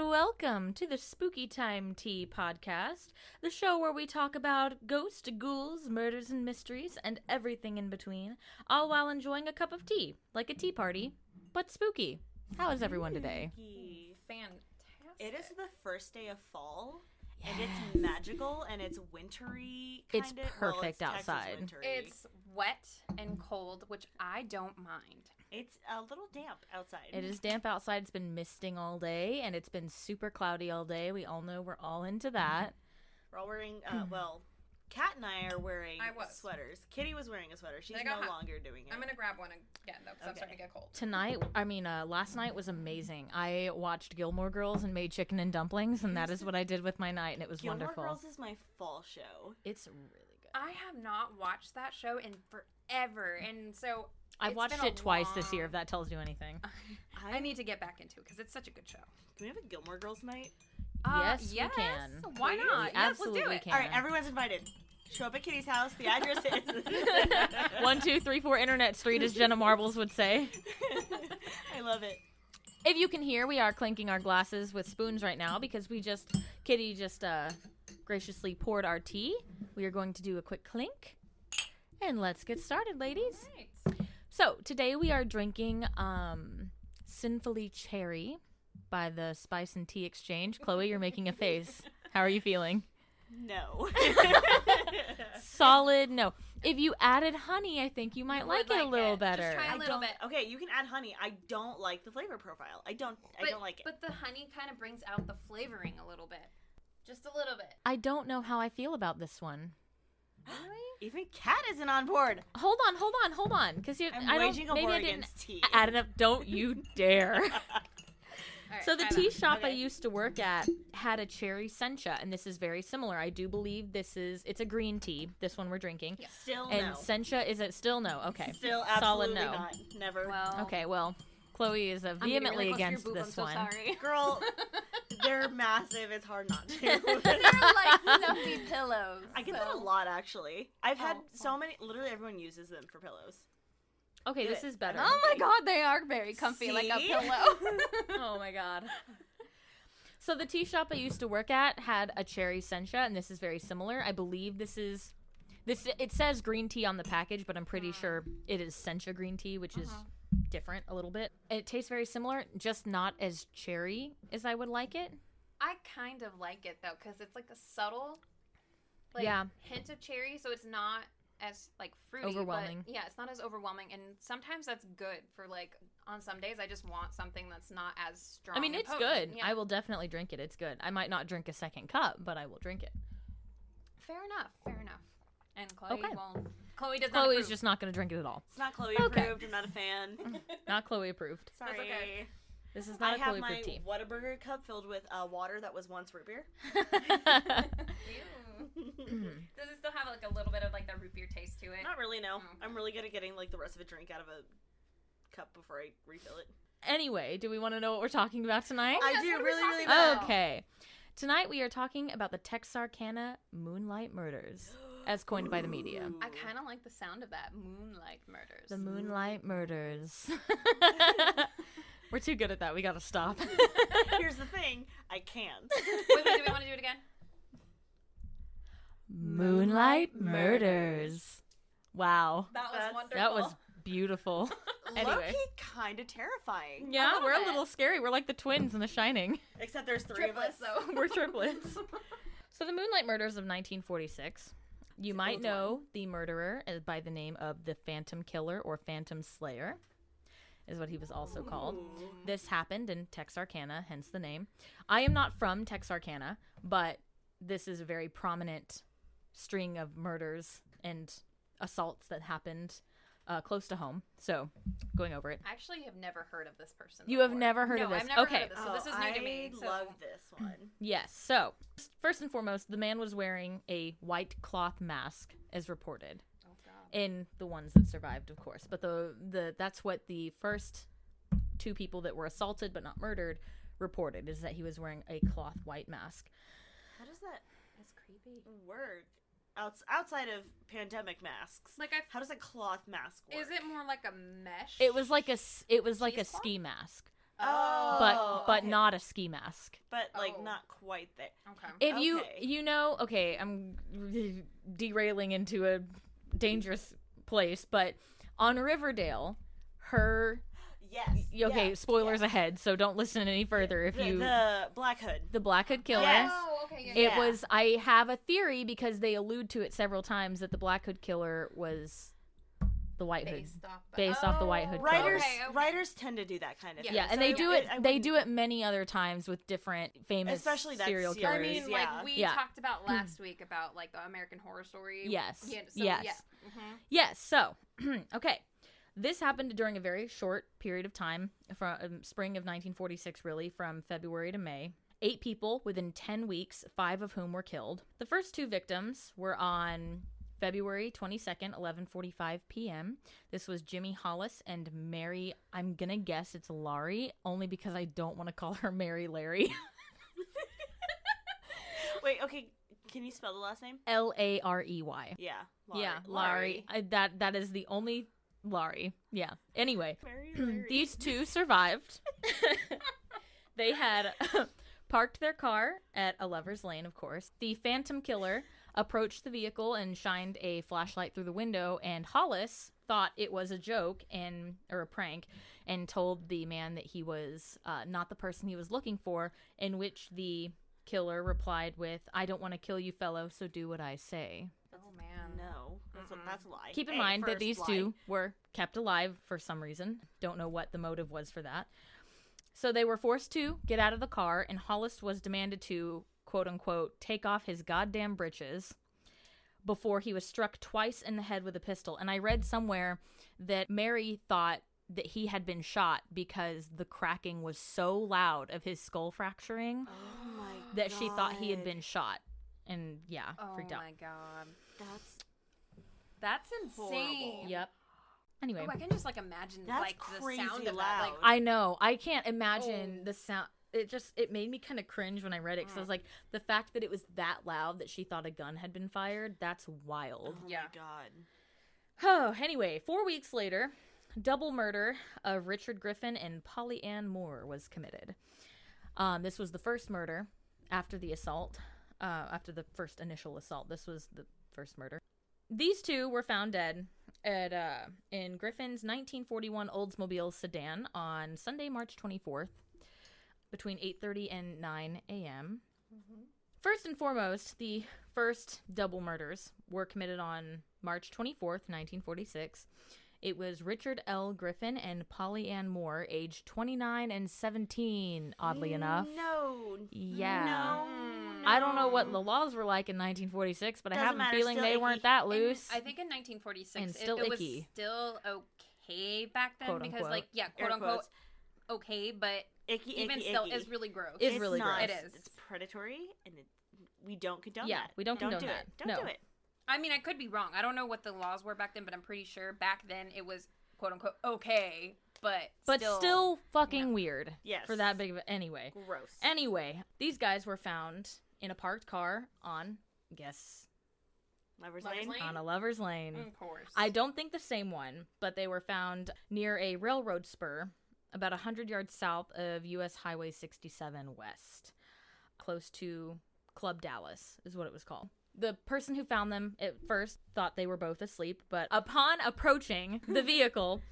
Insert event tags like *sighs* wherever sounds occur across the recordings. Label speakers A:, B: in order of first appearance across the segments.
A: Welcome to the Spooky Time Tea podcast, the show where we talk about ghosts, ghouls, murders, and mysteries, and everything in between, all while enjoying a cup of tea, like a tea party, but spooky. How is everyone today?
B: Fantastic.
C: It is the first day of fall, and it's magical and it's wintry. Kind
A: It's
C: of, well,
A: perfect
C: it's Texas
A: outside.
C: wintry.
B: It's wet and cold, which I don't mind.
C: it's a little damp outside.
A: It is damp outside. It's been misting all day, and it's been super cloudy all day. We all know we're all into that.
C: We're all wearing.
A: Mm-hmm.
C: Uh, well, Kat and I are wearing
B: I was.
C: sweaters. Kitty was wearing a sweater. She's
B: I
C: no
B: got hot.
C: longer doing it.
B: I'm gonna grab one again though, because I'm
C: Okay.
B: starting to get cold.
A: Tonight, I mean, uh, last night was amazing. I watched Gilmore Girls and made chicken and dumplings, and that is what I did with my night, and it was
C: Gilmore
A: wonderful.
C: Girls is my fall show.
A: It's really good.
B: I have not watched that show in forever,
A: *laughs*
B: and so
A: I've
B: it's
A: watched
B: been a
A: it twice this year, if
B: long-
A: that tells you anything.
B: I need to get back into it because it's such a good show.
C: Can we have a Gilmore Girls night?
B: Uh,
A: Yes, we can.
B: Why
C: Please?
B: not?
A: We
B: Yes,
A: absolutely
B: let's do it.
A: can.
C: All right, everyone's invited. Show up at Kitty's house. The address
A: *laughs*
C: is.
A: One, two, three, four, Internet Street, as Jenna Marbles would say.
C: *laughs* I love it.
A: If you can hear, we are clinking our glasses with spoons right now because we just, Kitty just uh, graciously poured our tea. We are going to do a quick clink. And let's get started, ladies.
B: All right.
A: So today we are drinking um, Sinfully Cherry by the Spice and Tea Exchange. Chloe, you're making a face. How are you feeling? *laughs*
C: No.
A: Solid no. If you added honey, I think you might
B: would
A: like, it a
B: like
A: little
B: it. Just
A: better.
B: try
C: I
B: A little
C: don't-
B: bit.
C: Okay, you can add honey. I don't like the flavor profile. I don't. I don't like it.
B: But the honey kind of brings out the flavoring a little bit, just a little bit.
A: I don't know how I feel about this one.
B: Really?
C: Even Kat isn't on board.
A: Hold on, hold on, hold on, because you.
C: I'm
A: I don't.
C: waging a
A: maybe
C: war
A: I didn't
C: against tea.
A: add it up. Don't you dare.
B: All right,
A: so the
B: try
A: tea
B: that.
A: shop I
C: Okay.
A: used to work at had a cherry sencha, and this is very similar. I do believe this is. It's a green tea. This one we're drinking.
C: Still
A: And
C: no.
A: sencha is it still no? Okay.
C: Still
A: Solid
C: absolutely
A: no.
C: not. Never.
B: Well,
A: Okay. Well, Chloe is uh,
B: I'm getting
A: vehemently
B: really close to your
A: against
B: boob,
A: this
B: I'm so
A: one. *laughs*
B: Sorry. *laughs*
C: Girl, they're massive. It's hard not
B: They're
C: to.
B: like fluffy pillows.
C: *laughs* I get
B: so.
C: that a lot, actually. I've had
B: Oh,
C: so many. Literally, everyone uses them for pillows.
A: Okay,
C: Do
A: this
C: it.
A: is better.
B: Oh my god, they are very comfy, like a
A: *laughs*
C: See?
B: pillow.
A: oh my god. So the tea shop I used to work at had a cherry sencha, and this is very similar. I believe this is this. It says green tea on the package, but I'm pretty sure it is sencha green tea, which is different a little bit. It tastes very similar, just not as cherry as I would like it.
B: *laughs* I kind of like it though, because it's like a subtle, like
A: Yeah.
B: hint of cherry, so it's not as like fruity. but-
A: Overwhelming.
B: yeah, it's not as overwhelming, and sometimes that's good for like on some days I just want something that's not as strong.
A: I mean,
B: and
A: it's
B: potent.
A: good.
B: Oh, Yeah.
A: I will definitely drink it. It's good. I might not drink a second cup, but I will drink it.
B: Fair enough. Fair enough. And Chloe
A: Okay.
B: won't. Chloe does not.
A: Chloe's
B: *laughs* approve.
A: just *laughs* not going to drink it at all.
C: It's not Chloe
A: Okay.
C: approved. I'm not
A: *laughs*
C: a fan.
A: Not Chloe approved.
C: Sorry.
B: okay.
A: This is
C: I
A: not a
C: have
A: Chloe
C: my
A: approved tea.
C: Whataburger cup filled with uh, water that was once root beer.
A: *clears throat*
C: *laughs*
B: Does it still have like a little bit of like that root beer taste to it?
C: Not really, no.
B: Oh.
C: I'm really good at getting like the rest of a drink out of a cup before I refill it.
A: *laughs* anyway, do we want to know what we're talking about tonight?
C: I
B: yes,
C: do
B: what are we
C: really,
A: *laughs*
B: talking
C: really
B: about?
C: bad.
B: Wow.
A: Okay. Tonight we are talking about the Texarkana Moonlight Murders, *gasps* as coined by the media.
B: I kind of like the sound of that moonlight murders.
A: The Moonlight Murders. *laughs* We're too good at that. We gotta stop.
C: *laughs* Here's the thing. I
B: *laughs*
C: can't.
B: wait, wait, do we want to do
C: *laughs*
B: it again?
A: *laughs* Moonlight Murders. Wow.
B: That was
C: That's-
B: wonderful.
A: That was
B: *laughs*
A: beautiful. Anyway.
C: Loki kind of terrifying.
A: Yeah,
B: little
A: we're a
B: bit.
A: little scary. We're like the twins in The Shining.
C: Except there's three
B: Triplets,
C: of us. *laughs*
A: *laughs*
B: though.
A: We're triplets. So the Moonlight Murders of 1946. You might
C: old
A: know the murderer as- by the name of the Phantom Killer or Phantom Slayer, is what he was also called. This happened in Texarkana, hence the name. I am not from Texarkana, but this is a very prominent string of murders and assaults that happened uh, close to home. So, going over it.
B: I actually have never heard of this person.
A: You have
B: before.
A: never heard
B: no,
A: of this.
B: I've never
A: Okay.
B: heard of this, so this is new
C: Oh, I
B: to me. So
C: love
B: *laughs*
C: this one.
B: *clears throat*
A: Yes. So, first and foremost, the man was wearing a white cloth mask, as reported.
B: Oh, God.
A: in the ones that survived, of course. But the the that's what the first two people that were assaulted but not murdered reported is that he was wearing a cloth white mask.
C: How does that
B: That's creepy.
C: work? Outs- outside of pandemic masks,
B: Like I
C: how does a cloth mask work?
B: Is it more like a mesh?
A: It was like a s- it was like a
B: Cheesecloth?
A: ski mask.
C: Oh,
A: but but
C: okay.
A: not a ski mask.
C: but like
B: Oh.
C: not quite there.
B: Okay.
A: If you
C: Okay.
A: you know, okay, I'm *laughs* derailing into a dangerous place, but on Riverdale, her
C: Yes.
A: y- okay,
C: yes,
A: spoilers
C: yes.
A: ahead, so don't listen any further if
C: The,
A: you the,
C: the Black Hood.
A: Black Hood Killer.
C: Yes.
B: Oh, okay. Yeah,
A: It
C: Yeah.
B: yeah.
A: was I have a theory because they allude to it several times that the Black Hood Killer was the White Hood.
B: based off the,
A: based off the White Hood Killer.
C: Writers
B: Okay, okay.
C: writers tend to do that kind of
B: Yeah,
C: thing.
A: Yeah, and
C: so
A: they do it.
C: I
A: they
C: wouldn't-
A: do it many other times with different famous,
C: Especially that
A: serial
C: series.
A: killers.
B: I mean,
C: yeah.
B: like we
A: Yeah. Hmm.
B: talked about last week about like the American Horror Story.
A: Yes.
B: Yeah, so,
A: Yes.
B: Yeah.
C: Mm-hmm.
B: hmm
A: Yes. So, *clears throat* okay. This happened during a very short period of time from um, spring of 1946, really, from February to May. Eight people within 10 weeks, five of whom were killed. The first two victims were on February 22nd, 11:45 p.m. This was Jimmy Hollis and Mary. I'm gonna guess it's Laurie, only because I don't want to call her *laughs* Mary Larry.
C: Wait, okay. Can you spell the last name?
A: L A R E Y.
C: Yeah.
A: Yeah, Laurie. I, that that is the only Laurie. Yeah. Anyway, *clears throat*
C: Mary Larry.
A: These two survived. *laughs* they had uh, parked their car at a lover's lane, of course. The phantom killer approached the vehicle and shined a flashlight through the window, and Hollis thought it was a joke and or a prank and told the man that he was uh, not the person he was looking for in which the killer replied with i don't want to kill you fellow so do what i say
B: Oh man.
C: No, that's, a,
B: Mm-mm.
C: that's a lie.
A: Keep in
C: A,
A: mind that
C: first
A: these
C: lie.
A: two were kept alive for some reason. Don't know what the motive was for that. So they were forced to get out of the car, and Hollis was demanded to, quote unquote, take off his goddamn britches before he was struck twice in the head with a pistol. And I read somewhere that Mary thought that he had been shot because the cracking was so loud of his skull fracturing
C: Oh my
A: that she thought he had
C: God.
A: been shot. And yeah,
B: Oh
A: freaked out.
B: my god.
C: That's oh
B: That's
C: Horrible.
B: insane.
A: Yep. Anyway.
B: Oh, I can just like imagine
C: That's
B: like the sound
C: crazy
B: of that. Like,
C: loud.
A: I know. I can't imagine
B: Oh.
A: the sound. It just it made me kind of cringe when I read it because I was like, the fact that it was that loud that she thought a gun had been fired. That's
C: oh
A: wild.
B: Yeah.
C: my God.
A: Oh, *sighs* anyway, four weeks later, double murder of Richard Griffin and Polly Ann Moore was committed. Um, this was the first murder after the assault, uh, after the first initial assault. This was the first murder. These two were found dead at uh, in Griffin's 1941 Oldsmobile sedan on Sunday, March 24th, between 8:30 and 9 a.m. First and foremost, the first double murders were committed on March 24th, 1946. It was Richard L. Griffin and Polly Ann Moore, aged 29 and 17, oddly enough.
C: Mm, No.
A: Yeah.
C: No.
B: Mm.
A: I don't know what the laws were like in 1946, but I
C: Doesn't
A: have a
C: matter,
A: feeling
C: still
A: they
C: icky.
A: weren't that
B: And
A: loose.
B: I think in 1946,
A: And
B: it-
A: still
B: it,
A: icky.
B: was still okay back then
A: Quote,
B: because,
A: unquote.
B: like, yeah,
C: Air
B: quote unquote,
C: quotes.
B: okay, but
C: Icky,
B: even
C: icky,
B: still
C: icky.
B: is really gross.
A: It's
C: It's
A: really
C: not,
A: gross.
B: It is.
C: It's predatory, and it, we don't condone
A: Yeah,
C: that.
A: we don't condone
C: do
A: that.
C: It. Don't
A: No.
C: do it.
B: I mean, I could be wrong. I don't know what the laws were back then, but I'm pretty sure back then it was quote unquote okay, but
A: but
B: still,
A: still, fucking weird.
C: Yes.
A: For that big of a. Anyway.
C: Gross.
A: Anyway, these guys were found in a parked car on, guess,
C: Lover's
B: Lover's
C: Lane. Mm.
B: Lane?
A: on a lover's lane.
B: of course.
A: I don't think the same one, but they were found near a railroad spur about 100 yards south of US Highway 67 West, close to Club Dallas, is what it was called. The person who found them at first thought they were both asleep, but upon approaching the vehicle,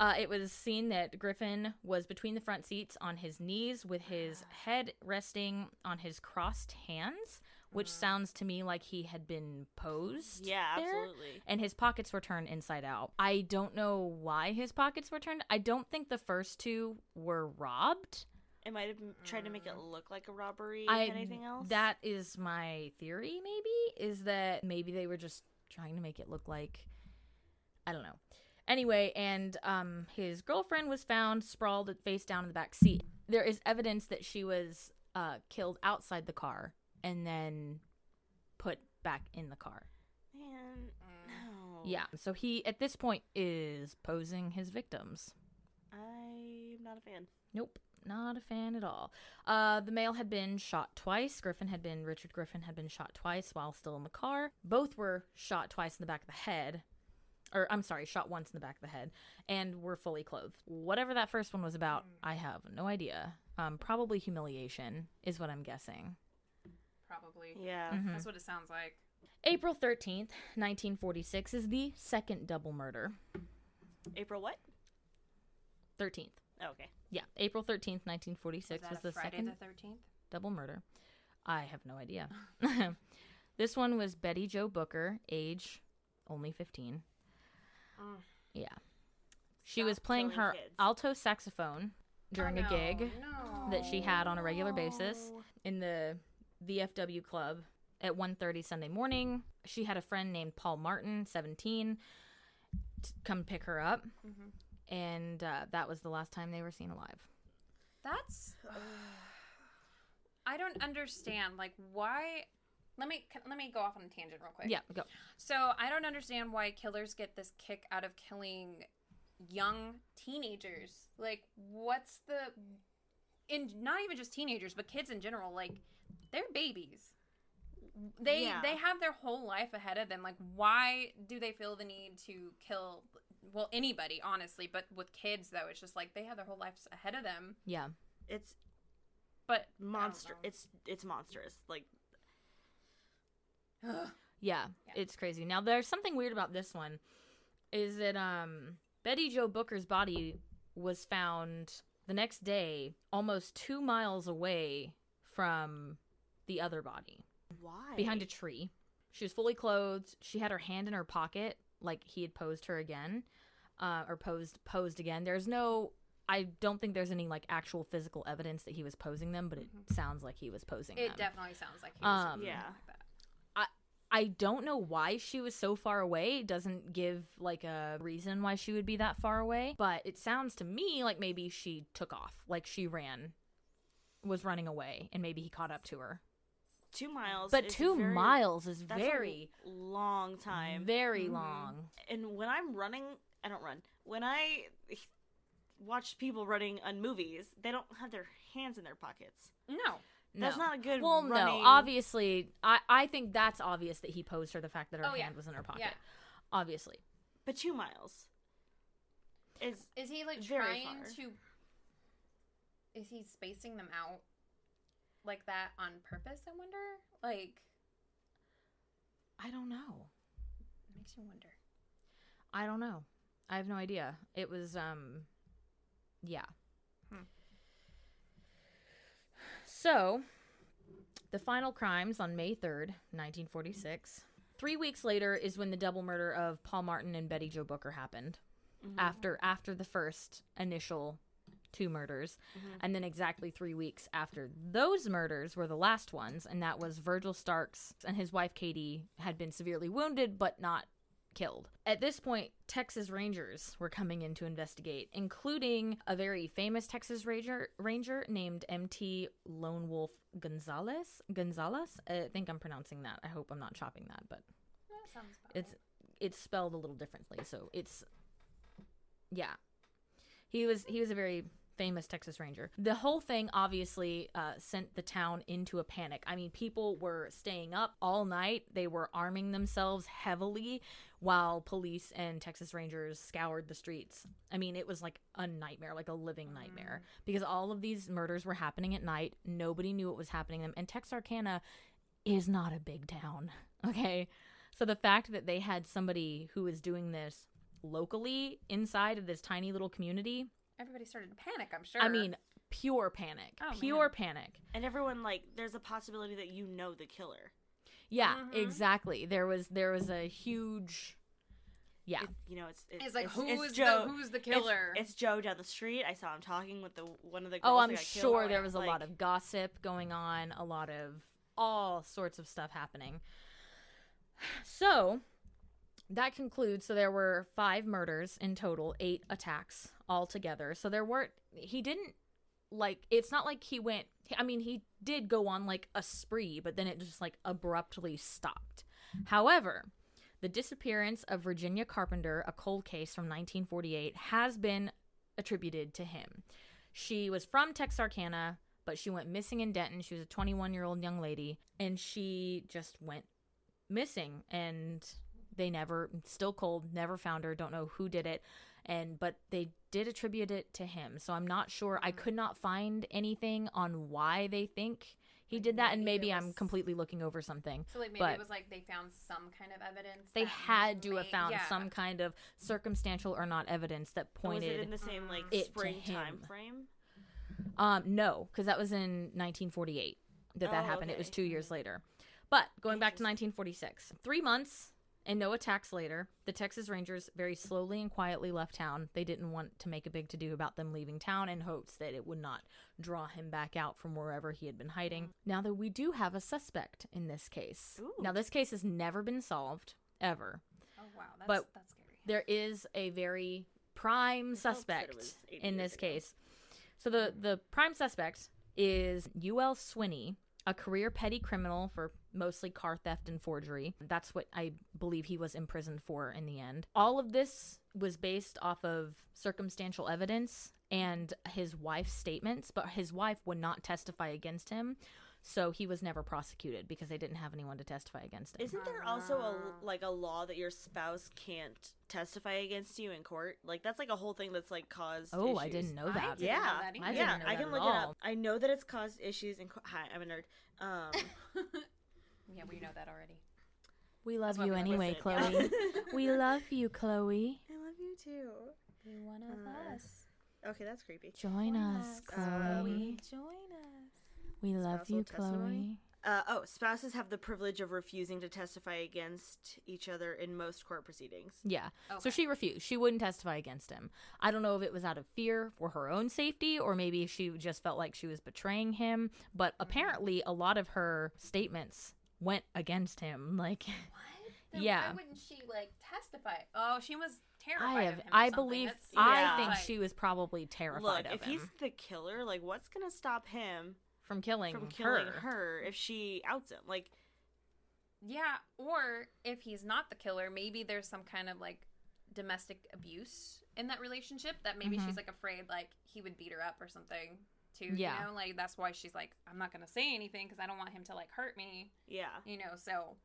A: uh, it was seen that Griffin was between the front seats on his knees with his head resting on his crossed hands, which sounds to me like he had been posed.
C: Yeah,
A: there
C: absolutely.
A: and his pockets were turned inside out. I don't know why his pockets were turned. I don't think the first two were robbed.
C: It might have m- tried to make it look like a robbery.
A: Um, I
C: if anything else?
A: That is my theory. Maybe is that maybe they were just trying to make it look like I don't know. Anyway, and um, his girlfriend was found sprawled face down in the back seat. There is evidence that she was uh, killed outside the car and then put back in the car.
C: Man,
B: Mm,
C: no.
A: Yeah. So he, at this point, is posing his victims.
C: I'm not a fan.
A: Nope, not a fan at all. Uh, the male had been shot twice. Griffin had been Richard Griffin had been shot twice while still in the car. Both were shot twice in the back of the head. or I'm sorry, shot once in the back of the head, and were fully clothed. Whatever that first one was about, I have no idea. Um, probably humiliation is what I'm guessing.
B: Probably.
C: Yeah.
A: Mhm.
B: That's what it sounds like.
A: April 13th, 1946 is the second double murder.
C: April what?
A: 13th.
C: Oh, okay.
A: Yeah, April 13th, 1946
B: that
A: was,
B: a
A: the
B: Friday
A: second
B: the thirteenth?
A: double murder. I have no idea. *laughs* this one was Betty Jo Booker, age only 15.
B: Mm.
A: Yeah. She
C: Stop
A: was playing
C: killing
A: her
C: kids. Oh,
A: alto saxophone during a gig that she had on a regular basis in the VFW club at 1:30 Sunday morning. She had a friend named Paul Martin, 17, to come pick her up.
B: Mm-hmm.
A: And uh, that was the last time they were seen alive.
B: That's.
C: Oh.
A: *sighs*
B: I don't understand. Like, why? Let me can- let me go off on a tangent real quick.
A: Yeah, go.
B: So I don't understand why killers get this kick out of killing young teenagers. Like, what's the? In not even just teenagers, but kids in general. Like, they're babies. They
C: Yeah.
B: they have their whole life ahead of them. Like, why do they feel the need to kill? Well, anybody, honestly, but with kids though, it's just like they have their whole lives ahead of them.
A: Yeah.
C: It's
B: But
C: monster.
B: know.
C: It's it's monstrous. Like
A: Yeah,
B: Yeah.
A: it's crazy. Now there's something weird about this one. Is that um Betty Jo Booker's body was found the next day almost 2 miles away from the other body
C: why?
A: behind a tree. She was fully clothed. She had her hand in her pocket like he had posed her again uh, or posed posed again. There's no I don't think there's any like actual physical evidence that he was posing them, but it sounds like he was posing
B: Mm-hmm. It
A: them.
B: definitely sounds like he was
A: Um,
B: yeah.
C: Yeah.
A: I don't know why she was so far away. It doesn't give like a reason why she would be that far away, but it sounds to me like maybe she took off, like she ran, was running away, and maybe he caught up to her.
C: two miles.
A: But
C: is
A: two
C: very-
A: miles is
C: that's a
A: very,
C: long time. Mm-hmm.
A: very
B: Mhm.
A: long.
C: and when I'm running, I don't run. When I watch people running on movies, they don't have their hands in their pockets.
B: No.
A: No.
C: That's not a good.
A: well,
C: running.
A: no. Obviously, I I think that's obvious that he posed her the fact that her
B: Oh, yeah.
A: hand was in her pocket.
B: Yeah.
A: Obviously,
C: but two miles. Is
B: Is he like
C: Very
B: trying
C: far.
B: to? Is he spacing them out like that on purpose? I wonder. Like,
A: I don't know.
B: it makes you wonder.
A: I don't know. I have no idea. It was um yeah.
B: Hmm.
A: So, the final crimes on May 3rd, 1946. 3 weeks later is when the double murder of Paul Martin and Betty Jo Booker happened. After after the first initial two murders and then exactly 3 weeks after those murders were the last ones and that was Virgil Starks and his wife Katie had been severely wounded but not killed. At this point, Texas Rangers were coming in to investigate, including a very famous Texas Ranger Ranger named MT Lone Wolf Gonzalez. Gonzalez, I think I'm pronouncing that. I hope I'm not chopping that, but
B: That sounds. About
A: it's it's spelled a little differently, so it's yeah. He was he was a very famous Texas Ranger. The whole thing obviously uh, sent the town into a panic. I mean, people were staying up all night. They were arming themselves heavily while police and Texas Rangers scoured the streets. I mean, it was like a nightmare, like a living nightmare, because all of these murders were happening at night. Nobody knew what was happening to them, and Texarkana is not a big town. *laughs* Okay, so the fact that they had somebody who was doing this locally inside of this tiny little community
B: Everybody started to panic. I'm sure.
A: I mean, pure panic.
B: Oh, man.
A: pure panic.
C: and everyone like, there's a possibility that you know the killer.
A: Yeah,
C: Mm-hmm.
B: Mhm.
A: exactly. There was there was a huge Yeah.
C: It- you know, it's it's,
B: it's like who's
C: it's
B: the
C: Joe.
B: who's the
C: it's-
B: killer?
C: It's, Joe down the street. I saw him talking with the one of the. Girls
A: oh,
C: that
A: I'm
C: got killed.
A: sure there
C: Like-
A: was a lot of gossip going on, a lot of all sorts of stuff happening. *sighs* So, that concludes so there were 5 murders in total, 8 attacks altogether. So there weren't he didn't like it's not like he went I mean he did go on like a spree, but then it just like abruptly stopped. However, the disappearance of Virginia Carpenter, a cold case from 1948, has been attributed to him. She was from Texarkana, but she went missing in Denton. She was a 21 year old young lady, and she just went missing. And They never, still cold, never found her, don't know who did it. And, but they did attribute it to him. So I'm not sure. I could not find anything on why they think he
B: Like,
A: did that. And
B: maybe
A: maybe
B: it
A: I'm
B: was-
A: completely looking over something.
B: So like maybe
A: But-
B: it was like they found some kind of evidence.
A: They
B: that
A: had to have
B: may-
A: found
B: yeah.
A: some kind of circumstantial or not evidence that
C: Or Was
A: pointed.
C: it in the same like
A: it to
C: spring time
A: him.
C: frame?
A: Um, no, because that was in 1948 that that
C: Oh,
A: happened. It was
C: okay.
A: two years later. But going back to 1946, three months and no attacks later, the Texas Rangers very slowly and quietly left town. They didn't want to make a big to do about them leaving town in hopes that it would not draw him back out from wherever he had been hiding. Now that we do have a suspect in this case.
C: Mm-hmm. Ooh.
A: Now this case has never been solved ever.
B: Oh wow, that's
A: But-
B: that's scary.
A: there is a very prime
C: said it
A: suspect
C: was 80
A: in
C: years
A: this
C: ago.
A: case. So the the prime suspect is UL Swinney, a career petty criminal for mostly car theft and forgery. That's what I believe he was imprisoned for in the end. All of this was based off of circumstantial evidence and his wife's statements, but his wife would not testify against him. So he was never prosecuted because they didn't have anyone to testify against him.
C: Isn't there also a
B: Uh-huh.
C: like a law that your spouse can't testify against you in court? Like that's like a whole thing that's like caused.
A: Oh, I
C: issues.
A: didn't know
B: I
A: that.
B: didn't know
C: Yeah,
B: that
A: I
B: either.
C: yeah,
A: didn't know
C: I
A: that
C: can
A: at
C: look it
A: all.
C: up. I know that it's caused issues in. Co- Hi, I'm a nerd. Um,
B: *laughs* Yeah, we know that already.
A: We love
B: why
A: you
B: we love
A: anyway,
C: it, yeah.
A: Chloe. we love you, Chloe.
C: I love you too.
B: You're one
C: of Uh,
B: us.
C: Okay, that's creepy.
A: Join us, Chloe.
B: join us.
A: we love
C: spousal
A: you,
C: testimony? Uh, oh, spouses have the privilege of refusing to testify against each other in most court proceedings.
A: Chloe. Yeah. So
B: Okay.
A: she refused. She wouldn't testify against him. I don't know if it was out of fear for her own safety or maybe she just felt like she was betraying him, but apparently a lot of her statements went against him. Like
B: What? Then
A: Yeah.
B: Why wouldn't she like testify? Oh, she was terrified.
A: I
B: Of
A: have
B: him or
A: I
B: something.
A: believe
B: That's-
A: I
C: Yeah.
A: think
B: Like,
A: she was probably terrified
C: Look,
A: of
C: if
A: him
C: he's the killer, like what's gonna stop him
A: from killing,
C: from killing
A: her.
C: her. if she outs him? Like,
B: Yeah, or if he's not the killer, maybe there's some kind of like domestic abuse in that relationship that maybe
A: Mhm.
B: she's like afraid like he would beat her up or something too.
A: Yeah.
B: You know, like that's why she's like, I'm not gonna say anything because I don't want him to like hurt me.
C: yeah,
B: You know, so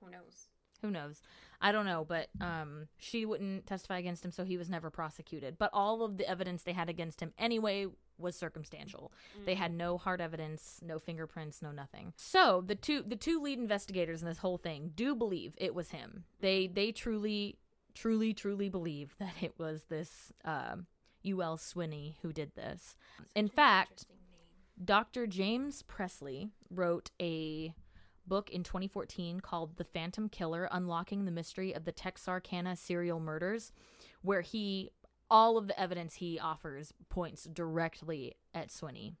B: who knows?
A: who knows i don't know but um she wouldn't testify against him so he was never prosecuted but all of the evidence they had against him anyway was circumstantial
C: Mm.
A: they had no hard evidence no fingerprints no nothing so the two the two lead investigators in this whole thing do believe it was him they they truly truly truly believe that it was this um ul swinney who did this in fact Dr. James Presley wrote a book in 2014 called The Phantom Killer Unlocking the Mystery of the Texarkana Serial Murders, where he, all of the evidence he offers points directly at Swinney.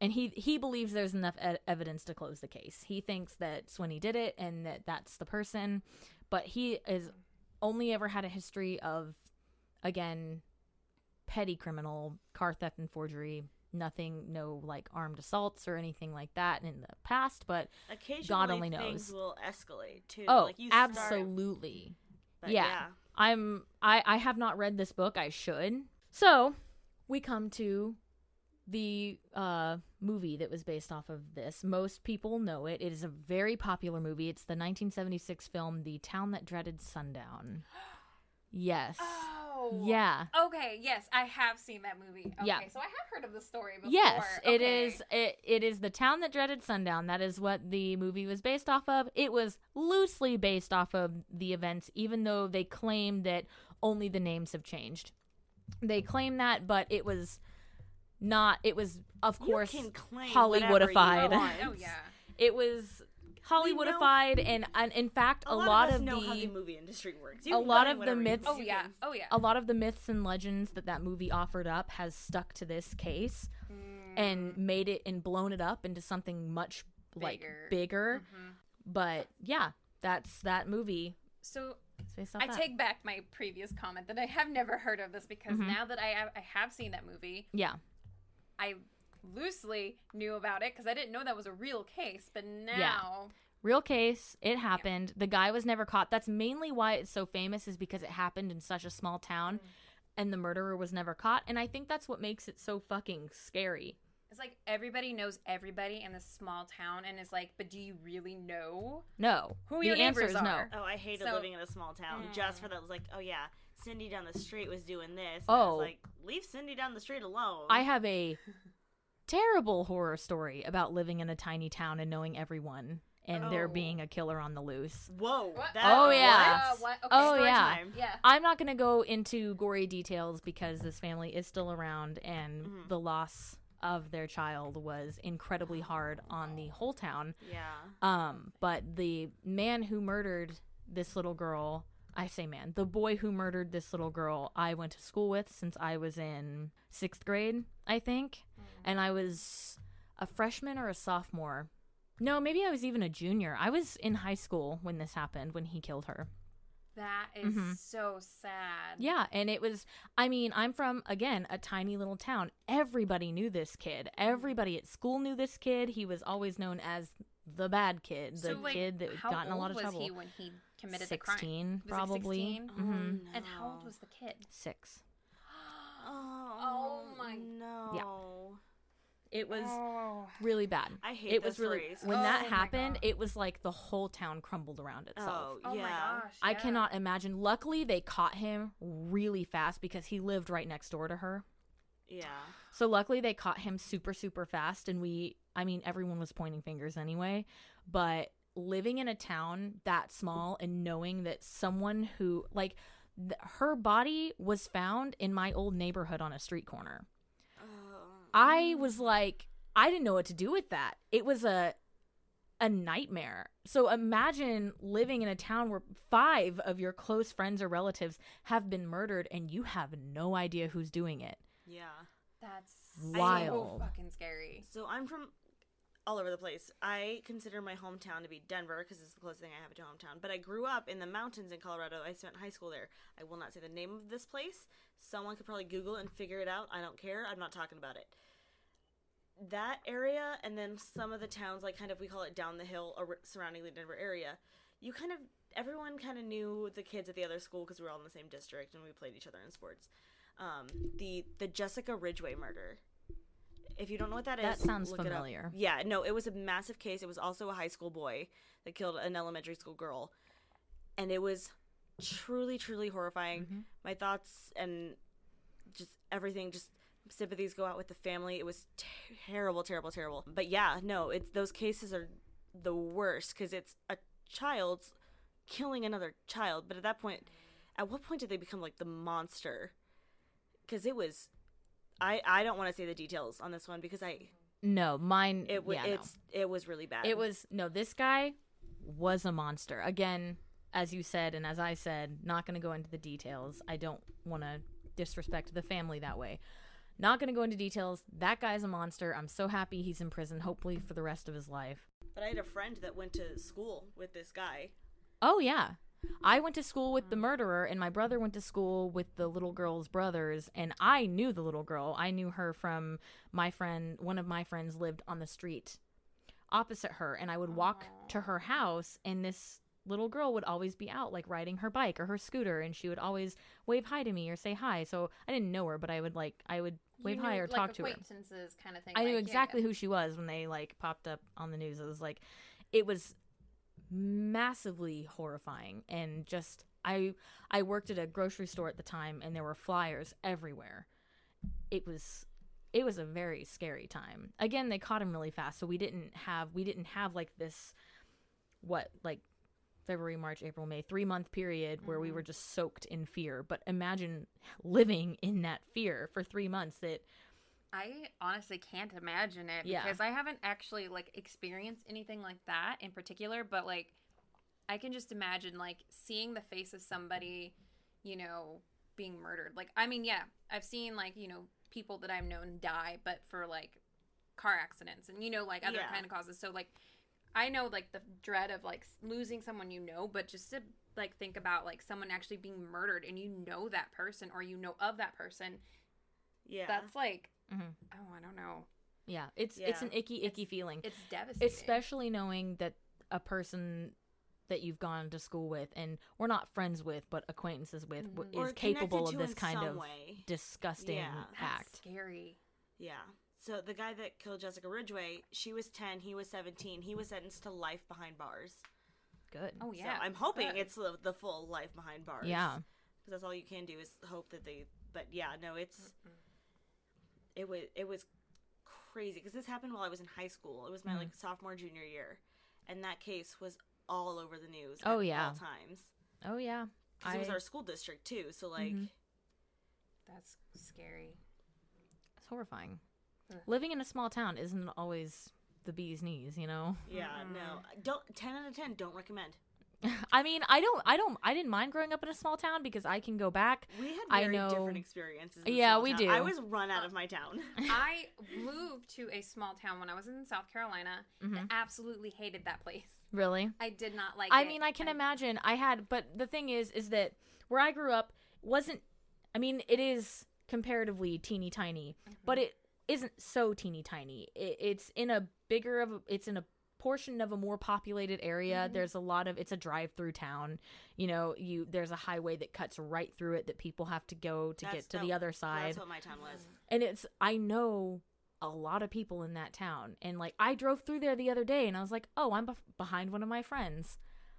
A: And he, he believes there's enough e- evidence to close the case. He thinks that Swinney did it and that that's the person, but he has only ever had a history of, again, petty criminal, car theft and forgery, nothing, no like armed assaults or anything like that in the past. But
C: occasionally
A: only
C: things
A: knows.
C: will escalate too.
A: oh,
C: like, you start-
A: absolutely.
C: but
A: yeah. I'm I I have not read this book. I should. So we come to the uh, movie that was based off of this. Most people know it. It is a very popular movie. It's the 1976 film The Town That Dreaded Sundown. *gasps* Yes.
B: Oh
A: Yeah.
B: Okay, yes, I have seen that movie. Okay,
A: Yeah.
B: so I have heard of the story before.
A: Yes, it
B: Okay.
A: is. It, it is the town that dreaded sundown. That is what the movie was based off of. It was loosely based off of the events, even though they claim that only the names have changed. They claim that, but it was not. It was, of
C: You
A: course,
C: can claim whatever you
A: Hollywoodified.
C: want.
B: Oh yeah.
A: it was Hollywoodified, and, and in fact,
C: A, lot, of, us
A: the
C: know how the movie industry works. You
A: a
C: can
A: lot
C: claim
A: of the
C: whatever you
A: myths-
B: Oh
C: want.
B: yeah. Oh yeah.
A: a lot of the myths and legends that that movie offered up has stuck to this case.
B: Mm-hmm.
A: and
C: Mm-hmm.
A: made it and blown it up into something much like
B: Bigger.
A: bigger.
B: Mhm.
A: But yeah, that's that movie.
B: So
A: It's based off
B: I
A: that.
B: take back my previous comment that I have never heard of this because
A: Mhm.
B: now that I have, I have seen that movie,
A: yeah,
B: I loosely knew about it because I didn't know that was a real case. But now,
A: real case. It happened. The guy was never caught. That's mainly why it's so famous is because it happened in such a
B: Mm.
A: small town, and the murderer was never caught. And I think that's what makes it so fucking scary
B: It's like everybody knows everybody in this small town, and it's like, but do you really know
A: No.
B: who
A: the
B: your
A: answer
B: neighbors
A: is no.
B: are?
C: Oh, I hated
B: So-
C: living in a small town just for that. It was like, oh yeah, Cindy down the street was doing this. And I
A: Oh.
C: was like, leave Cindy down the street alone.
A: I have a terrible horror story about living in a tiny town and knowing everyone and there
B: Oh.
A: being a killer on the loose.
C: whoa.
B: What?
C: That,
A: Oh, yeah.
B: Uh,
C: what?
B: what? Okay.
A: Oh,
C: Story
A: yeah.
C: time.
B: Yeah.
A: I'm not going to go into gory details because this family is still around and
C: Mhm.
A: the loss of their child was incredibly hard on the whole town.
C: Yeah.
A: Um, but the man who murdered this little girl, I say man, the boy who murdered this little girl, I went to school with since I was in sixth grade, I think. And I was a freshman or a sophomore. No, maybe I was even a junior. I was in high school when this happened, when he killed her.
B: That is
A: Mhm.
B: so sad.
A: Yeah, and it was I mean, I'm from again a tiny little town. Everybody knew this kid. Everybody at school knew this kid. He was always known as the bad kid, the
B: So, like,
A: kid that
B: how
A: got in a
B: old
A: lot of
B: was
A: trouble.
B: he when he committed the crime?
A: 16
B: Was he
A: probably
B: 16?
A: hmm
C: Oh,
B: And how old
C: no.
B: was the kid?
A: six
C: Oh,
B: Oh, my-
C: No.
A: it was
B: oh.
A: really bad
C: I hate
A: it
C: those
A: was really
C: stories.
A: when that
B: Oh my
A: happened
B: God.
A: it was like the whole town crumbled around itself
C: Oh,
B: Oh
C: yeah.
B: my gosh.
A: I
B: yeah.
A: cannot imagine. Luckily, they caught him really fast because he lived right next door to her.
C: Yeah.
A: So, luckily, they caught him super, super fast. And we, I mean, everyone was pointing fingers anyway. But living in a town that small and knowing that someone who, like, th- her body was found in my old neighborhood on a street corner.
C: Oh.
A: I was like, I didn't know what to do with that. It was a a nightmare. So imagine living in a town where five of your close friends or relatives have been murdered and you have no idea who's doing it.
C: Yeah.
B: That's
A: Wild.
B: So fucking scary.
C: So I'm from all over the place. I consider my hometown to be Denver because it's the closest thing I have to hometown. But I grew up in the mountains in Colorado. I spent high school there. I will not say the name of this place. Someone could probably Google and figure it out. I don't care. I'm not talking about it. That area and then some of the towns, like kind of we call it down the hill or surrounding the Denver area, you kind of everyone kind of knew the kids at the other school because we were all in the same district and we played each other in sports. Um, the the Jessica Ridgway murder. If you don't know what that is,
A: That sounds
C: look it up.
A: familiar.
C: Yeah, no, it was a massive case. It was also a high school boy that killed an elementary school girl, and it was truly, truly horrifying. My thoughts and just everything, just sympathies go out with the family. It was terrible, terrible, terrible. But yeah, no, it's those cases are the worst because it's a child's killing another child. But at that point, at what point did they become like the monster? Because it was, I I don't want to say the details on this one because I
A: No, mine
C: it w-
A: yeah, no.
C: it's it was really bad.
A: It was no, this guy was a monster. Again, as you said and as I said, not going to go into the details. I don't want to disrespect the family that way. Not going to go into details. That guy's a monster. I'm so happy he's in prison hopefully for the rest of his life.
C: But I had a friend that went to school with this guy.
A: Oh yeah. I went to school with the murderer and my brother went to school with the little girl's brothers and I knew the little girl. I knew her from my friend one of my friends lived on the street opposite her and I would walk to her house and this little girl would always be out like riding her bike or her scooter and she would always wave hi to me or say hi. So I didn't know her but I would like I would wave
B: You
A: hi
B: knew,
A: or
B: like,
A: talk to her.
B: acquaintances kind of thing.
A: I knew
B: like, yeah,
A: exactly who she was when they like popped up on the news. It was like it was massively horrifying and just I I worked at a grocery store at the time and there were flyers everywhere. It was it was a very scary time. Again, they caught him really fast, so we didn't have we didn't have like this what like February, March, April, May, 3 month period where we were just soaked in fear. But imagine living in that fear for 3 months that
B: I honestly can't imagine it
A: Yeah.
B: because I haven't actually like experienced anything like that in particular, but like I can just imagine like seeing the face of somebody, you know, being murdered. Like I mean, yeah, I've seen like, you know, people that I've known die but for like car accidents and you know like other
C: Yeah.
B: kind of causes. So like I know like the dread of like s- losing someone you know, but just to like think about like someone actually being murdered and you know that person or you know of that person,
C: Yeah.
B: that's like
A: Mhm.
B: oh, I don't know.
A: Yeah, it's it's an icky icky feeling,
B: It's devastating.
A: especially knowing that a person that you've gone to school with and we're not friends with, but acquaintances with, w
B: Mhm.
A: is
C: connected
A: capable
C: to
A: of this
C: in
A: kind
C: some
A: of
C: way.
A: disgusting
C: Yeah.
B: That's
A: act.
B: scary.
C: Yeah. So the guy that killed Jessica Ridgway, she was 10, he was 17. He was sentenced to life behind bars.
A: Good.
B: Oh yeah.
C: So I'm hoping
B: good.
C: it's the, the full life behind bars.
A: Yeah.
C: Because that's all you can do is hope that they. But yeah, no, it's. It was it was crazy because this happened while I was in high school. It was my
A: Mm.
C: like sophomore junior year, and that case was all over the news.
A: Oh,
C: at
A: yeah.
C: all times.
A: Oh yeah.
C: 'Cause it was
A: I-
C: our school district too. So like,
A: Mhm.
B: That's
A: *laughs*
B: scary.
A: It's horrifying.
B: Ugh.
A: Living in a small town isn't always the bee's knees, you know. *laughs*
C: yeah, no, don't ten out of ten. Don't recommend.
A: I mean, I don't, I don't, I didn't mind growing up in a small town because I can go back.
C: We had
A: I
C: very
A: know.
C: different experiences. in
A: Yeah,
C: small
A: we
C: town.
A: do.
C: I was run out of my town.
B: I moved to a small town when I was in South Carolina. and absolutely hated that place.
A: Really?
B: I did not like
A: Mm-hmm. I
B: it.
A: mean, I can imagine. I had, but the thing is, is that where I grew up wasn't. I mean, it is comparatively teeny tiny,
B: Mhm.
C: Mm-hmm.
A: but it isn't so teeny tiny. It, it's in a bigger of. A, it's in a portion of a more populated area.
C: Mm-hmm.
A: There's a lot of. It's a drive-through town. You know, you there's a highway that cuts right through it that people have to go *laughs* to
C: That's-
A: get to
C: that-
A: the other side.
C: That's what my town was.
A: And it's I know a lot of people in that town, and like I drove through there the other day, and I was like, oh, I'm bef behind one of my friends.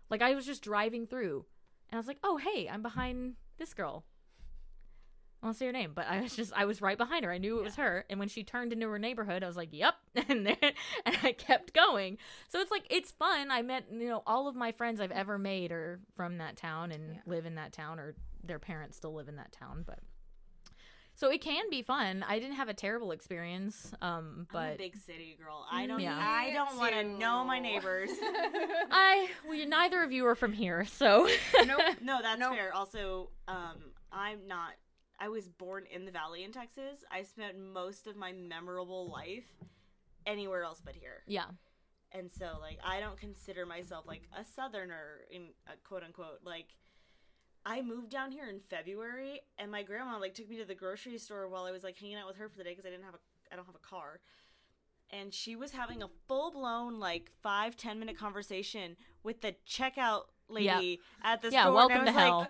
A: Like I was just driving through, and I was like, oh, hey, I'm behind this girl. I won't say her name, but I was just I was right behind her. I knew it was her, and when she turned into her neighborhood, I was like, yep, *laughs* and then and I kept going. So it's like it's fun. I met you know all of my friends I've ever made are from that town and
B: Yeah.
A: live in that town, or their parents still live in that town, but. So it can be fun. I didn't have a terrible experience, um,
C: I'm a
A: but
C: big city girl. I don't.
A: Yeah.
C: I
B: Me
C: don't want to
B: too.
C: know
A: *laughs*
C: my
B: *laughs*
C: neighbors.
A: I we neither of you are from here, so
C: *laughs*
B: nope.
C: no, that's
B: No.
C: fair. Also, um, I'm not. I was born in the valley in Texas. I spent most of my memorable life anywhere else but here,
A: yeah,
C: and so like I don't consider myself like a Southerner in uh, quote unquote. Like I moved down here in February, and my grandma like took me to the grocery store while I was like hanging out with her for the day because I didn't have a I don't have a car. And she was having a full blown like five ten minute conversation with the checkout
A: Yeah.
C: lady at the
A: yeah.
C: store. and I
A: Welcome to
C: was like,
A: hell.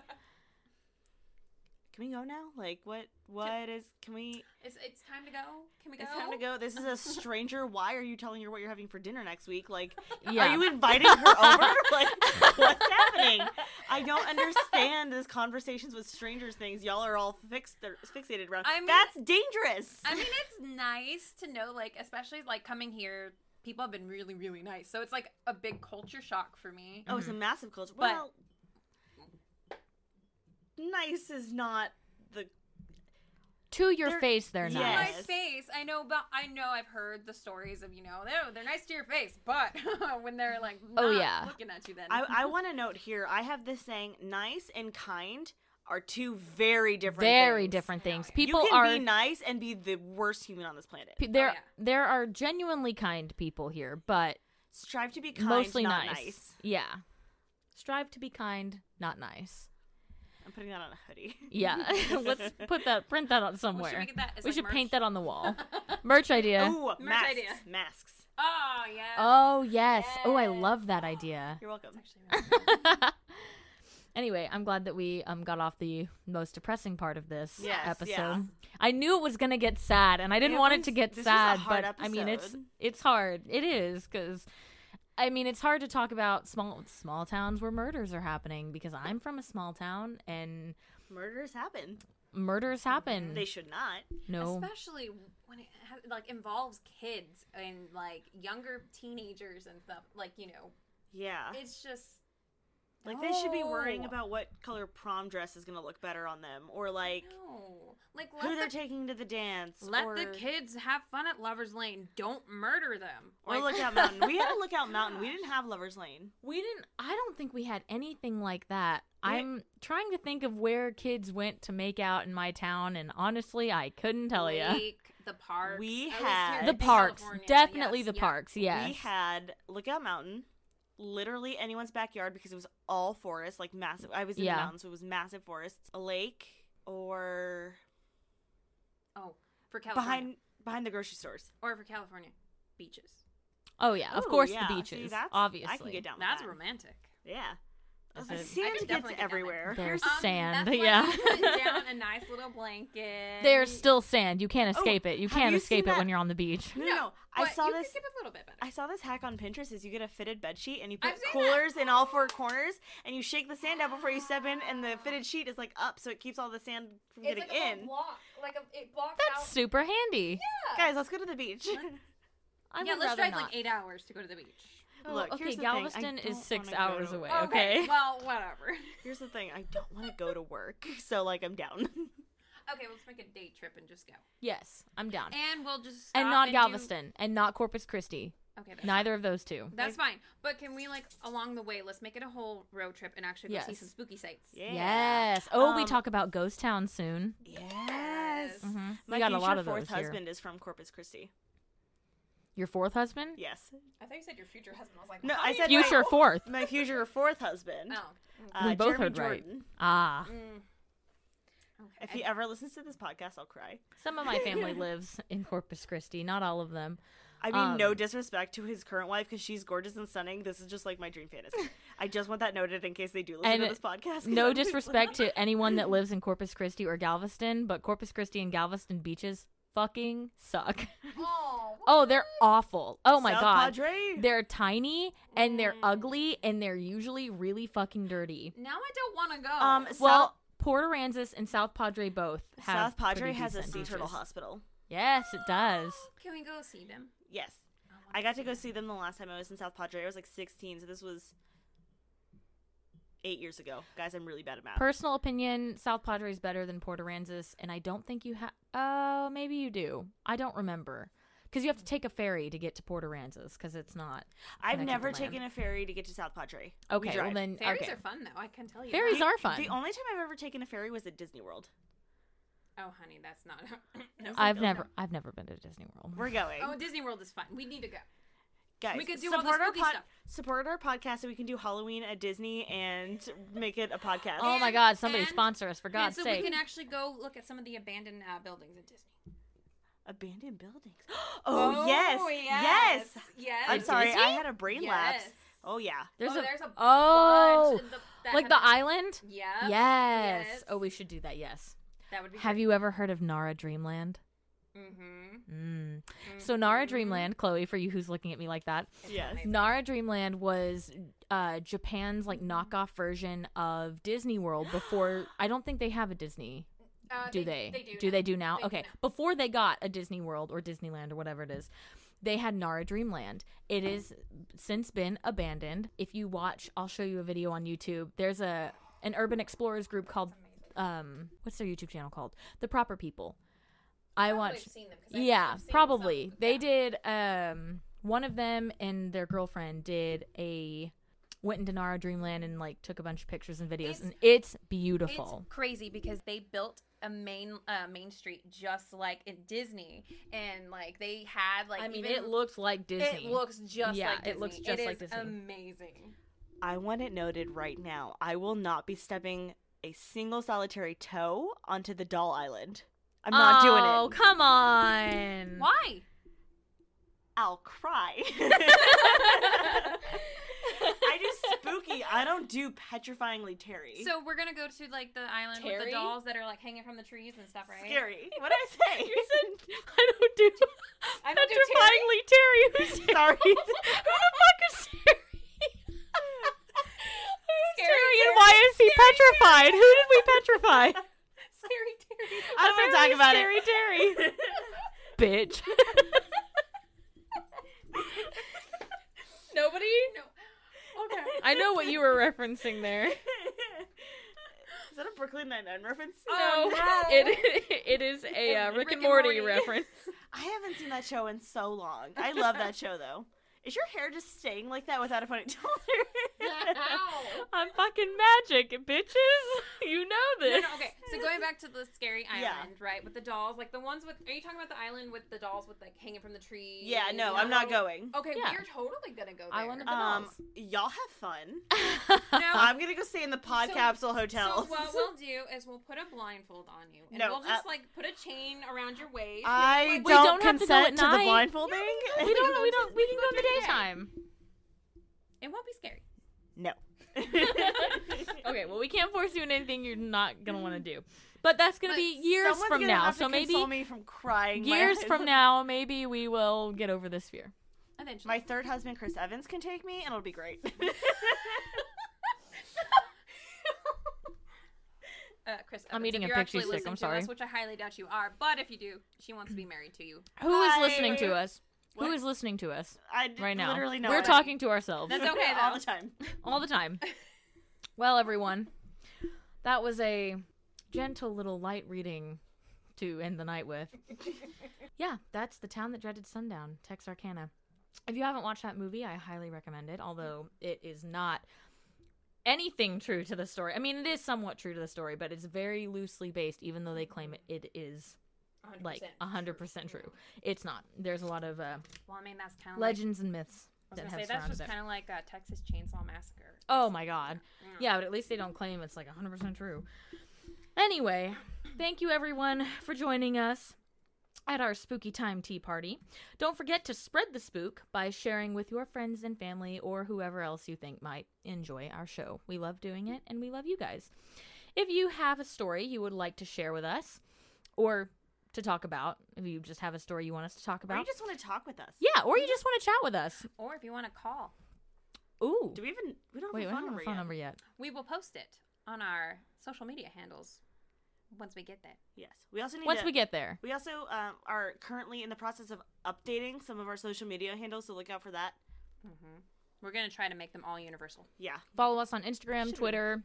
C: can we go now? Like, what? What is? Can we?
B: It's it's time to go. Can we go?
C: It's time to go. This
B: *laughs*
C: is a stranger. Why are you telling her what you're having for dinner next week? Like,
A: yeah,
C: *laughs* are you inviting her
A: *laughs*
C: over? Like, what's happening? I don't understand this conversations with strangers things. Y'all are all fixed fixated around.
B: I mean-
C: That's dangerous.
B: I mean, it's nice to know, like, especially like coming here, people have been really, really nice. So it's like a big culture shock for me.
C: oh, it's a massive culture.
B: But-
C: well, nice is not
A: *laughs*
C: the
A: to your
C: They're-
A: face, they're
C: Yeah.
A: nice.
B: My
C: Yes.
B: face, I know, but I know I've heard the stories of you know they're they're nice to your face, but *laughs* when they're like not
A: Oh, yeah.
B: looking at you then
C: I, I want to note here. I have this saying: nice and kind are two very different,
A: Very
C: things.
A: different
B: Yeah,
A: things.
B: yeah.
A: People
C: you can
A: are
C: be nice Oh, and be the worst human on this planet.
A: pe- there.
B: yeah.
A: There are genuinely kind people here, but
C: Strive to be kind,
A: mostly
C: not
A: nice.
C: nice.
A: Yeah, strive to be kind, not nice.
C: I'm putting that on a hoodie.
A: Yeah, *laughs* let's
C: *laughs*
A: put that print that out
B: Well,
A: somewhere.
B: should we get that? as,
A: We
B: like,
A: should
B: merch?
A: paint that on the wall. merch idea.
C: Ooh,
B: Merch
C: masks.
B: idea.
C: Masks.
B: Oh yeah.
A: Oh yes. Oh, I
B: Yes.
A: love that idea.
C: You're welcome.
B: Actually, really
A: *laughs* anyway, I'm glad that we um got off the most depressing part of this
C: Yes,
A: episode.
C: yeah.
A: I knew it was gonna get sad, and I didn't
C: It
A: want it
C: was-
A: to get
C: this was a
A: sad.
C: hard
A: but I mean, it's
C: episode.
A: it's hard. It is because. I mean, it's hard to talk about small small towns where murders are happening because I'm from a small town and
C: Murders happen.
A: murders happen.
C: They should not.
A: no,
B: especially when it ha- like involves kids and like younger teenagers and stuff like you know
A: Ah.
C: Yeah.
B: it's just
C: like they should be worrying
B: No.
C: about what color prom dress is gonna look better on them, or like
B: no like
C: who they're
B: let the,
C: taking to the dance.
B: let
C: or,
B: the kids have fun at lovers lane don't murder them
C: Or
B: like, *laughs*
C: Lookout Mountain. We had a Lookout Mountain. We didn't have Lovers Lane.
A: we didn't. I don't think we had anything like that.
C: We-
A: I'm trying to think of where kids went to make out in my town, and honestly, I couldn't tell you.
B: Lake, the parks.
C: We
B: I was
C: had-
B: here
A: the
B: in
A: parks
B: California,
A: definitely
B: yes,
A: the
B: yeah.
A: parks yes
C: We had Lookout Mountain, literally anyone's backyard because it was all forest, like massive. I was in
A: Yeah.
C: the mountains, so it was massive forests, a lake, or
B: Oh, for California
C: behind behind the grocery stores.
B: or for California beaches.
A: oh yeah of
C: Ooh,
A: course
C: yeah.
A: the
C: See,
A: beaches
C: that's-
A: obviously
C: Oh I can get down. With
B: That's
C: that.
B: romantic.
C: Yeah,
A: Is
C: Uh,
A: it-
B: I
C: Sand gets
B: could definitely get down there.
C: everywhere.
A: There's
B: Um,
A: sand.
B: that's why we
A: yeah. *laughs*
B: put down a nice little blanket.
A: There's still sand. You can't
C: Oh,
A: escape it. You
C: have
A: can't
C: you
A: escape
C: seen
A: it when
C: that-
A: you're on the
C: *laughs*
A: beach.
C: No, no, no. I
B: but
C: saw
B: you
C: this.
B: Could give a little bit better.
C: I saw this hack on Pinterest is you get a fitted bed sheet and you put
B: I've seen that.
C: coolers in all four corners and you shake the sand out before you step in and the fitted sheet is like up so it keeps all the sand from
B: it's
C: getting
B: like a little
C: in.
B: block, like a, it blocks
A: That's
B: out.
A: super handy.
B: yeah,
C: Guys, let's go to the beach. *laughs*
A: I
B: yeah
A: would
B: let's
A: rather
B: drive
A: not.
B: like eight hours to go to the beach.
A: Oh,
C: Look,
A: okay,
C: here's the thing, I
A: Galveston
C: don't
A: is six
C: wanna go
A: hours
C: to-
A: away.
C: Oh,
A: Okay. *laughs*
B: Well, whatever.
C: Here's the thing, I don't want to go to work, *laughs* so like I'm down. *laughs*
B: Okay, let's make a day trip and just go.
A: Yes, I'm down. And,
B: And we'll just stop
A: not
B: do-
A: Galveston, and not Corpus Christi.
B: Okay, that's
A: Neither of those two.
B: That's fine. But can we like along the way, let's make it a whole road trip and actually go see
A: Yes.
B: some spooky sights.
C: Yeah.
A: Yes. Oh, we
C: Um,
A: talk about Ghost Town soon.
C: Yes.
B: Mhm.
A: Mhm.
C: My
A: we got a
C: future
A: lot of those
C: fourth
A: here.
C: husband is from Corpus Christi.
A: Your fourth husband?
C: Yes.
B: I thought you said your future husband. I was like,
C: No,
B: how
C: I
B: do
C: said
B: you Oh.
C: my-
A: Future fourth.
C: *laughs* My future fourth husband.
B: know?
C: Uh,
A: We both
C: Jeremy
A: heard right.
C: Jordan.
A: Ah.
B: Oh. Mm. Okay.
C: If he ever listens to this podcast, I'll cry.
A: Some of my
C: *laughs*
A: family lives in Corpus Christi, not all of them.
C: I mean, no
A: Um,
C: disrespect to his current wife because she's gorgeous and stunning. This is just like my dream
A: *laughs*
C: fantasy. I just want that noted in case they do listen to
A: And
C: this podcast. 'cause
A: No
C: I'm just
A: disrespect
C: *laughs* like-
A: to anyone that lives in Corpus Christi or Galveston, but Corpus Christi and Galveston beaches fucking suck. *laughs*
B: oh,
A: Oh, they're awful. Oh my
C: South
A: god.
C: Padre.
A: They're tiny and they're
B: Mm.
A: ugly and they're usually really fucking dirty.
B: now I don't want to go.
C: Um,
A: Well, Port Aransas and South Padre both have
C: South Padre
A: pretty
C: has a
A: decent
C: sea turtle
A: beaches.
C: hospital.
A: Yes, it does.
B: can we go see them?
C: Yes.
B: wanna
C: I got to go see them the last time I was in South Padre. I was like 16, so this was eight years ago. Guys, I'm really bad at math.
A: Personal opinion: South Padre is better than Port Aransas, and I don't think you have. Oh, maybe you do. I don't remember because you have to take a ferry to get to Port Aransas because it's not.
C: I've
A: connected to
C: never
A: land.
C: taken a ferry to get to South Padre. We
A: Okay, well
C: drive.
A: then
B: Fairies
A: okay.
B: are fun though. I can tell you.
A: Fairies
B: that.
A: are fun.
C: The only time I've ever taken a ferry was at Disney World.
B: Oh, honey, that's not. *clears throat* no.
A: I've never, I've never been to Disney World.
C: We're going.
B: Oh, Disney World is fun. We need to go.
C: Guys,
B: We could do all the
C: support our
B: spooky stuff.
C: Support our podcast so we can do Halloween at Disney and make it a podcast.
A: oh my
B: And-
A: God! Somebody
B: and-
A: sponsor us for
B: And
A: God's
B: so
A: sake.
B: we can actually go look at some of the abandoned uh, buildings in Disney.
C: Abandoned buildings. *gasps* Oh, yes, yes.
B: yes, yes.
C: I'm
A: At
C: sorry, I
A: Disney?
C: had a brain lapse.
B: Yes.
C: Oh yeah.
A: There's
B: oh,
A: a
B: there's a
A: oh,
B: bunch in the- that
A: like
B: have
A: the
B: been-
A: island.
B: Yeah.
A: Yes.
B: Yes.
A: Oh, we should do that. Yes.
B: That would be.
A: Have you ever heard of Nara Dreamland?
B: Mm-hmm.
A: Mm. So Nara Dreamland, Chloe, for you who's looking at me like that,
C: Yes.
B: amazing.
A: Nara Dreamland was uh, Japan's like
B: Mm-hmm.
A: knockoff version of Disney World
B: *gasps*
A: before. I don't think they have a Disney.
B: Uh,
A: Do they?
B: They do.
A: they do now?
B: They do
A: okay.
B: now.
A: Before they got a Disney World or Disneyland or whatever it is, they had Nara Dreamland. It is since been abandoned. If you watch, I'll show you a video on YouTube. There's a an urban explorers group called um what's their YouTube channel called? The Proper People. I watched
B: Seen them 'cause I've-
A: yeah,
B: I've seen
A: probably.
B: some-
A: They
B: yeah.
A: did um one of them and their girlfriend did a went into Nara Dreamland and like took a bunch of pictures and videos
B: It's-
A: and it's
B: It's
A: beautiful.
B: crazy because they built a main uh, main street just like in Disney, and like they had like
A: I mean
B: even-
A: it looks like Disney.
B: It looks just
A: Yeah,
B: like Disney.
A: it looks just
B: It
A: like
B: is
A: Disney.
B: Amazing.
C: I want it noted right now. I will not be stepping a single solitary toe onto the doll island. I'm not doing
A: Oh,
C: it.
A: come
B: *laughs*
A: on.
B: Why?
C: I'll
B: *laughs*
C: cry. I do spooky. I don't do petrifyingly Terry.
B: So we're gonna go to like the island with
A: Terry?
B: the dolls that are like hanging from the trees and stuff, right?
C: scary. What did
B: *laughs*
C: I
A: *laughs*
C: say?
A: You said *laughs* I don't do
B: I don't do
A: *laughs*
B: *laughs*
A: petrifyingly Terry. Who's *laughs* Terry?
C: *laughs* Sorry.
A: Who the fuck is Terry? Who's
B: Scary
A: Terry and
B: Terry.
A: why is he petrified? Who did we petrify?
B: Scary
A: *laughs*
B: Terry.
C: *laughs*
B: *laughs*
C: I don't want to talk about
A: Scary
C: it. *laughs* Terry.
A: Bitch.
B: Nobody. No. Okay.
A: *laughs* I know what you were referencing there.
C: *laughs* Is that a Brooklyn Nine-Nine reference?
B: *laughs* Oh, no.
A: It, *laughs* it is a uh, Rick, and Morty,
B: *laughs*
A: reference.
C: I haven't seen that show in so long. I love that show though. Is your hair just staying like that without a
B: *laughs*
C: ponytail?
B: Ow.
A: I'm fucking magic, bitches. *laughs* You know
B: No,
A: this.
B: no, okay. So going back to the scary
C: Yeah.
B: island, right? With the dolls, like the ones with. Are you talking about the island with the dolls with like hanging from the tree?
C: *laughs* yeah, no, I'm not going.
B: Okay,
A: Yeah.
B: we're totally gonna go there.
A: Island of the
C: Um,
A: dolls.
C: y'all have
A: *laughs*
C: fun.
B: *laughs* No.
C: I'm gonna go stay in the pod
B: So-
C: capsule hotel. *laughs*
B: So what we'll do is we'll put a blindfold on you, and
C: No,
B: we'll just
C: uh,
B: like put a chain around your waist.
C: I
A: We don't
C: don't,
A: have to go
C: consent
A: at
C: to, the
A: night.
C: blindfolding.
A: *laughs* *laughs* we don't. We
B: *laughs*
A: don't. We can go in the
B: During the day.
A: daytime.
D: *laughs*
B: It won't be scary.
C: no.
A: Okay, well, we can't force you into anything you're not gonna
B: *laughs*
A: want to do. But that's gonna
B: But
A: be years
D: Someone's
A: from
D: gonna
A: now.
D: have to
A: So maybe
D: console me from crying. My
A: years
D: hus-
A: from now, maybe we will get over this fear.
D: *laughs*
B: Eventually.
D: my third husband Chris Evans can take me, and it'll be
A: *laughs*
D: great.
B: uh, Chris,
A: I'm
B: Evans,
A: eating
B: if
A: a
B: you're
A: pixie
B: actually
A: stick,
B: listening
A: I'm
B: to us,
A: sorry.
B: which I highly doubt you are, but if you do, she wants to be married
A: *clears throat*
B: to you.
A: Who is
D: Hi.
A: listening to us? Who
D: What?
A: is listening to us
D: I d-
A: right now?
D: literally know
A: We're
D: it.
A: talking to ourselves
B: That's okay,
D: *laughs* all
B: though.
D: the time.
A: *laughs* all
D: *laughs*
A: the time. Well, everyone, that was a gentle little light reading to end the
D: *laughs*
A: night with. yeah, that's the town that dreaded sundown, Texarkana. If you haven't watched that movie, I highly recommend it. Although it is not anything true to the story. I mean, it is somewhat true to the story, but it's very loosely based, even though they claim it, it is like 100% true. It's not. There's a lot of uh,
B: Well, I mean, that's kind of
A: legends and myths
B: Like, I
A: that have
B: was gonna say that's
A: surrounded
B: just
A: it.
B: kind of like a Texas Chainsaw Massacre.
A: Oh my god. Yeah, but at least they don't claim it's like 100% true. Anyway, thank you everyone for joining us at our spooky time tea party. Don't forget to spread the spook by sharing with your friends and family or whoever else you think might enjoy our show. We love doing it and we love you guys. If you have a story you would like to share with us or to talk about, if you just have a story you want us to talk
D: Or
A: about,
D: you just want to talk with us?
A: yeah, or you just want to chat with us.
B: Or if you want to call,
A: Ooh.
D: Do we even? We don't have
A: Wait,
D: a
A: we don't
D: phone,
A: have a
D: number,
A: phone
D: yet.
A: number yet.
B: we will post it on our social media handles once we get that.
D: Yes. We also need.
A: Once
D: to,
A: we get there.
D: We also um, are currently in the process of updating some of our social media handles, so look out for that.
C: Mm-hmm.
B: We're gonna try to make them all universal.
D: Yeah.
A: Follow us on Instagram,
D: Should we?
A: Twitter.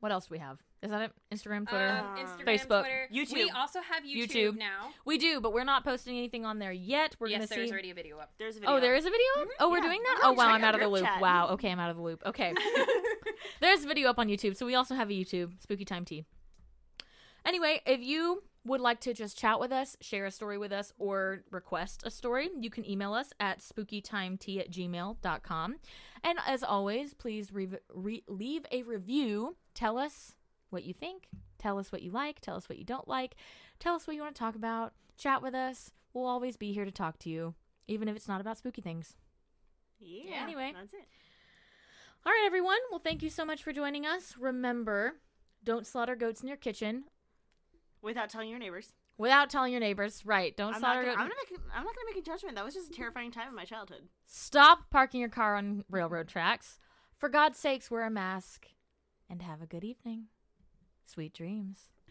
A: What else do we have? Is that it? Instagram, Twitter.
D: Uh,
B: Um, Instagram,
A: Facebook,
B: Twitter. We
D: YouTube.
B: also have YouTube,
A: YouTube.
B: now.
A: we do, but we're not posting anything on there yet. We're
B: yes,
A: gonna
B: there's
A: see.
B: already a video up.
D: There's a video. Mm-hmm.
A: Oh, there is a video. up? Oh, we're
D: Yeah.
A: doing that.
D: Go
A: Oh wow,
D: check
A: I'm
D: our
A: out of the
D: group
A: loop.
D: chat.
A: Wow. Okay, I'm out of the loop.
D: *laughs*
A: Okay. there's a video up on YouTube, so we also have a YouTube Spooky Time Tea. Anyway, if you would like to just chat with us, share a story with us, or request a story, you can email us at spookytimetea at gmail.com. And as always, please re- re- leave a review. Tell us what you think. Tell us what you like. Tell us what you don't like. Tell us what you want to talk about. Chat with us. We'll always be here to talk to you, even if it's not about spooky things.
D: Yeah.
A: Yeah. Anyway.
D: That's it.
A: All right, everyone. Well, thank you so much for joining us. Remember, don't slaughter goats in your kitchen
D: Without telling your neighbors.
A: without telling your neighbors. Right. Don't
D: I'm not,
A: slaughter
D: gonna,
A: goats.
D: I'm, not make, I'm not gonna make a judgment. That was just a terrifying time in my childhood.
A: Stop parking your car on railroad tracks. For God's sakes, wear a mask and have a good evening. Sweet dreams.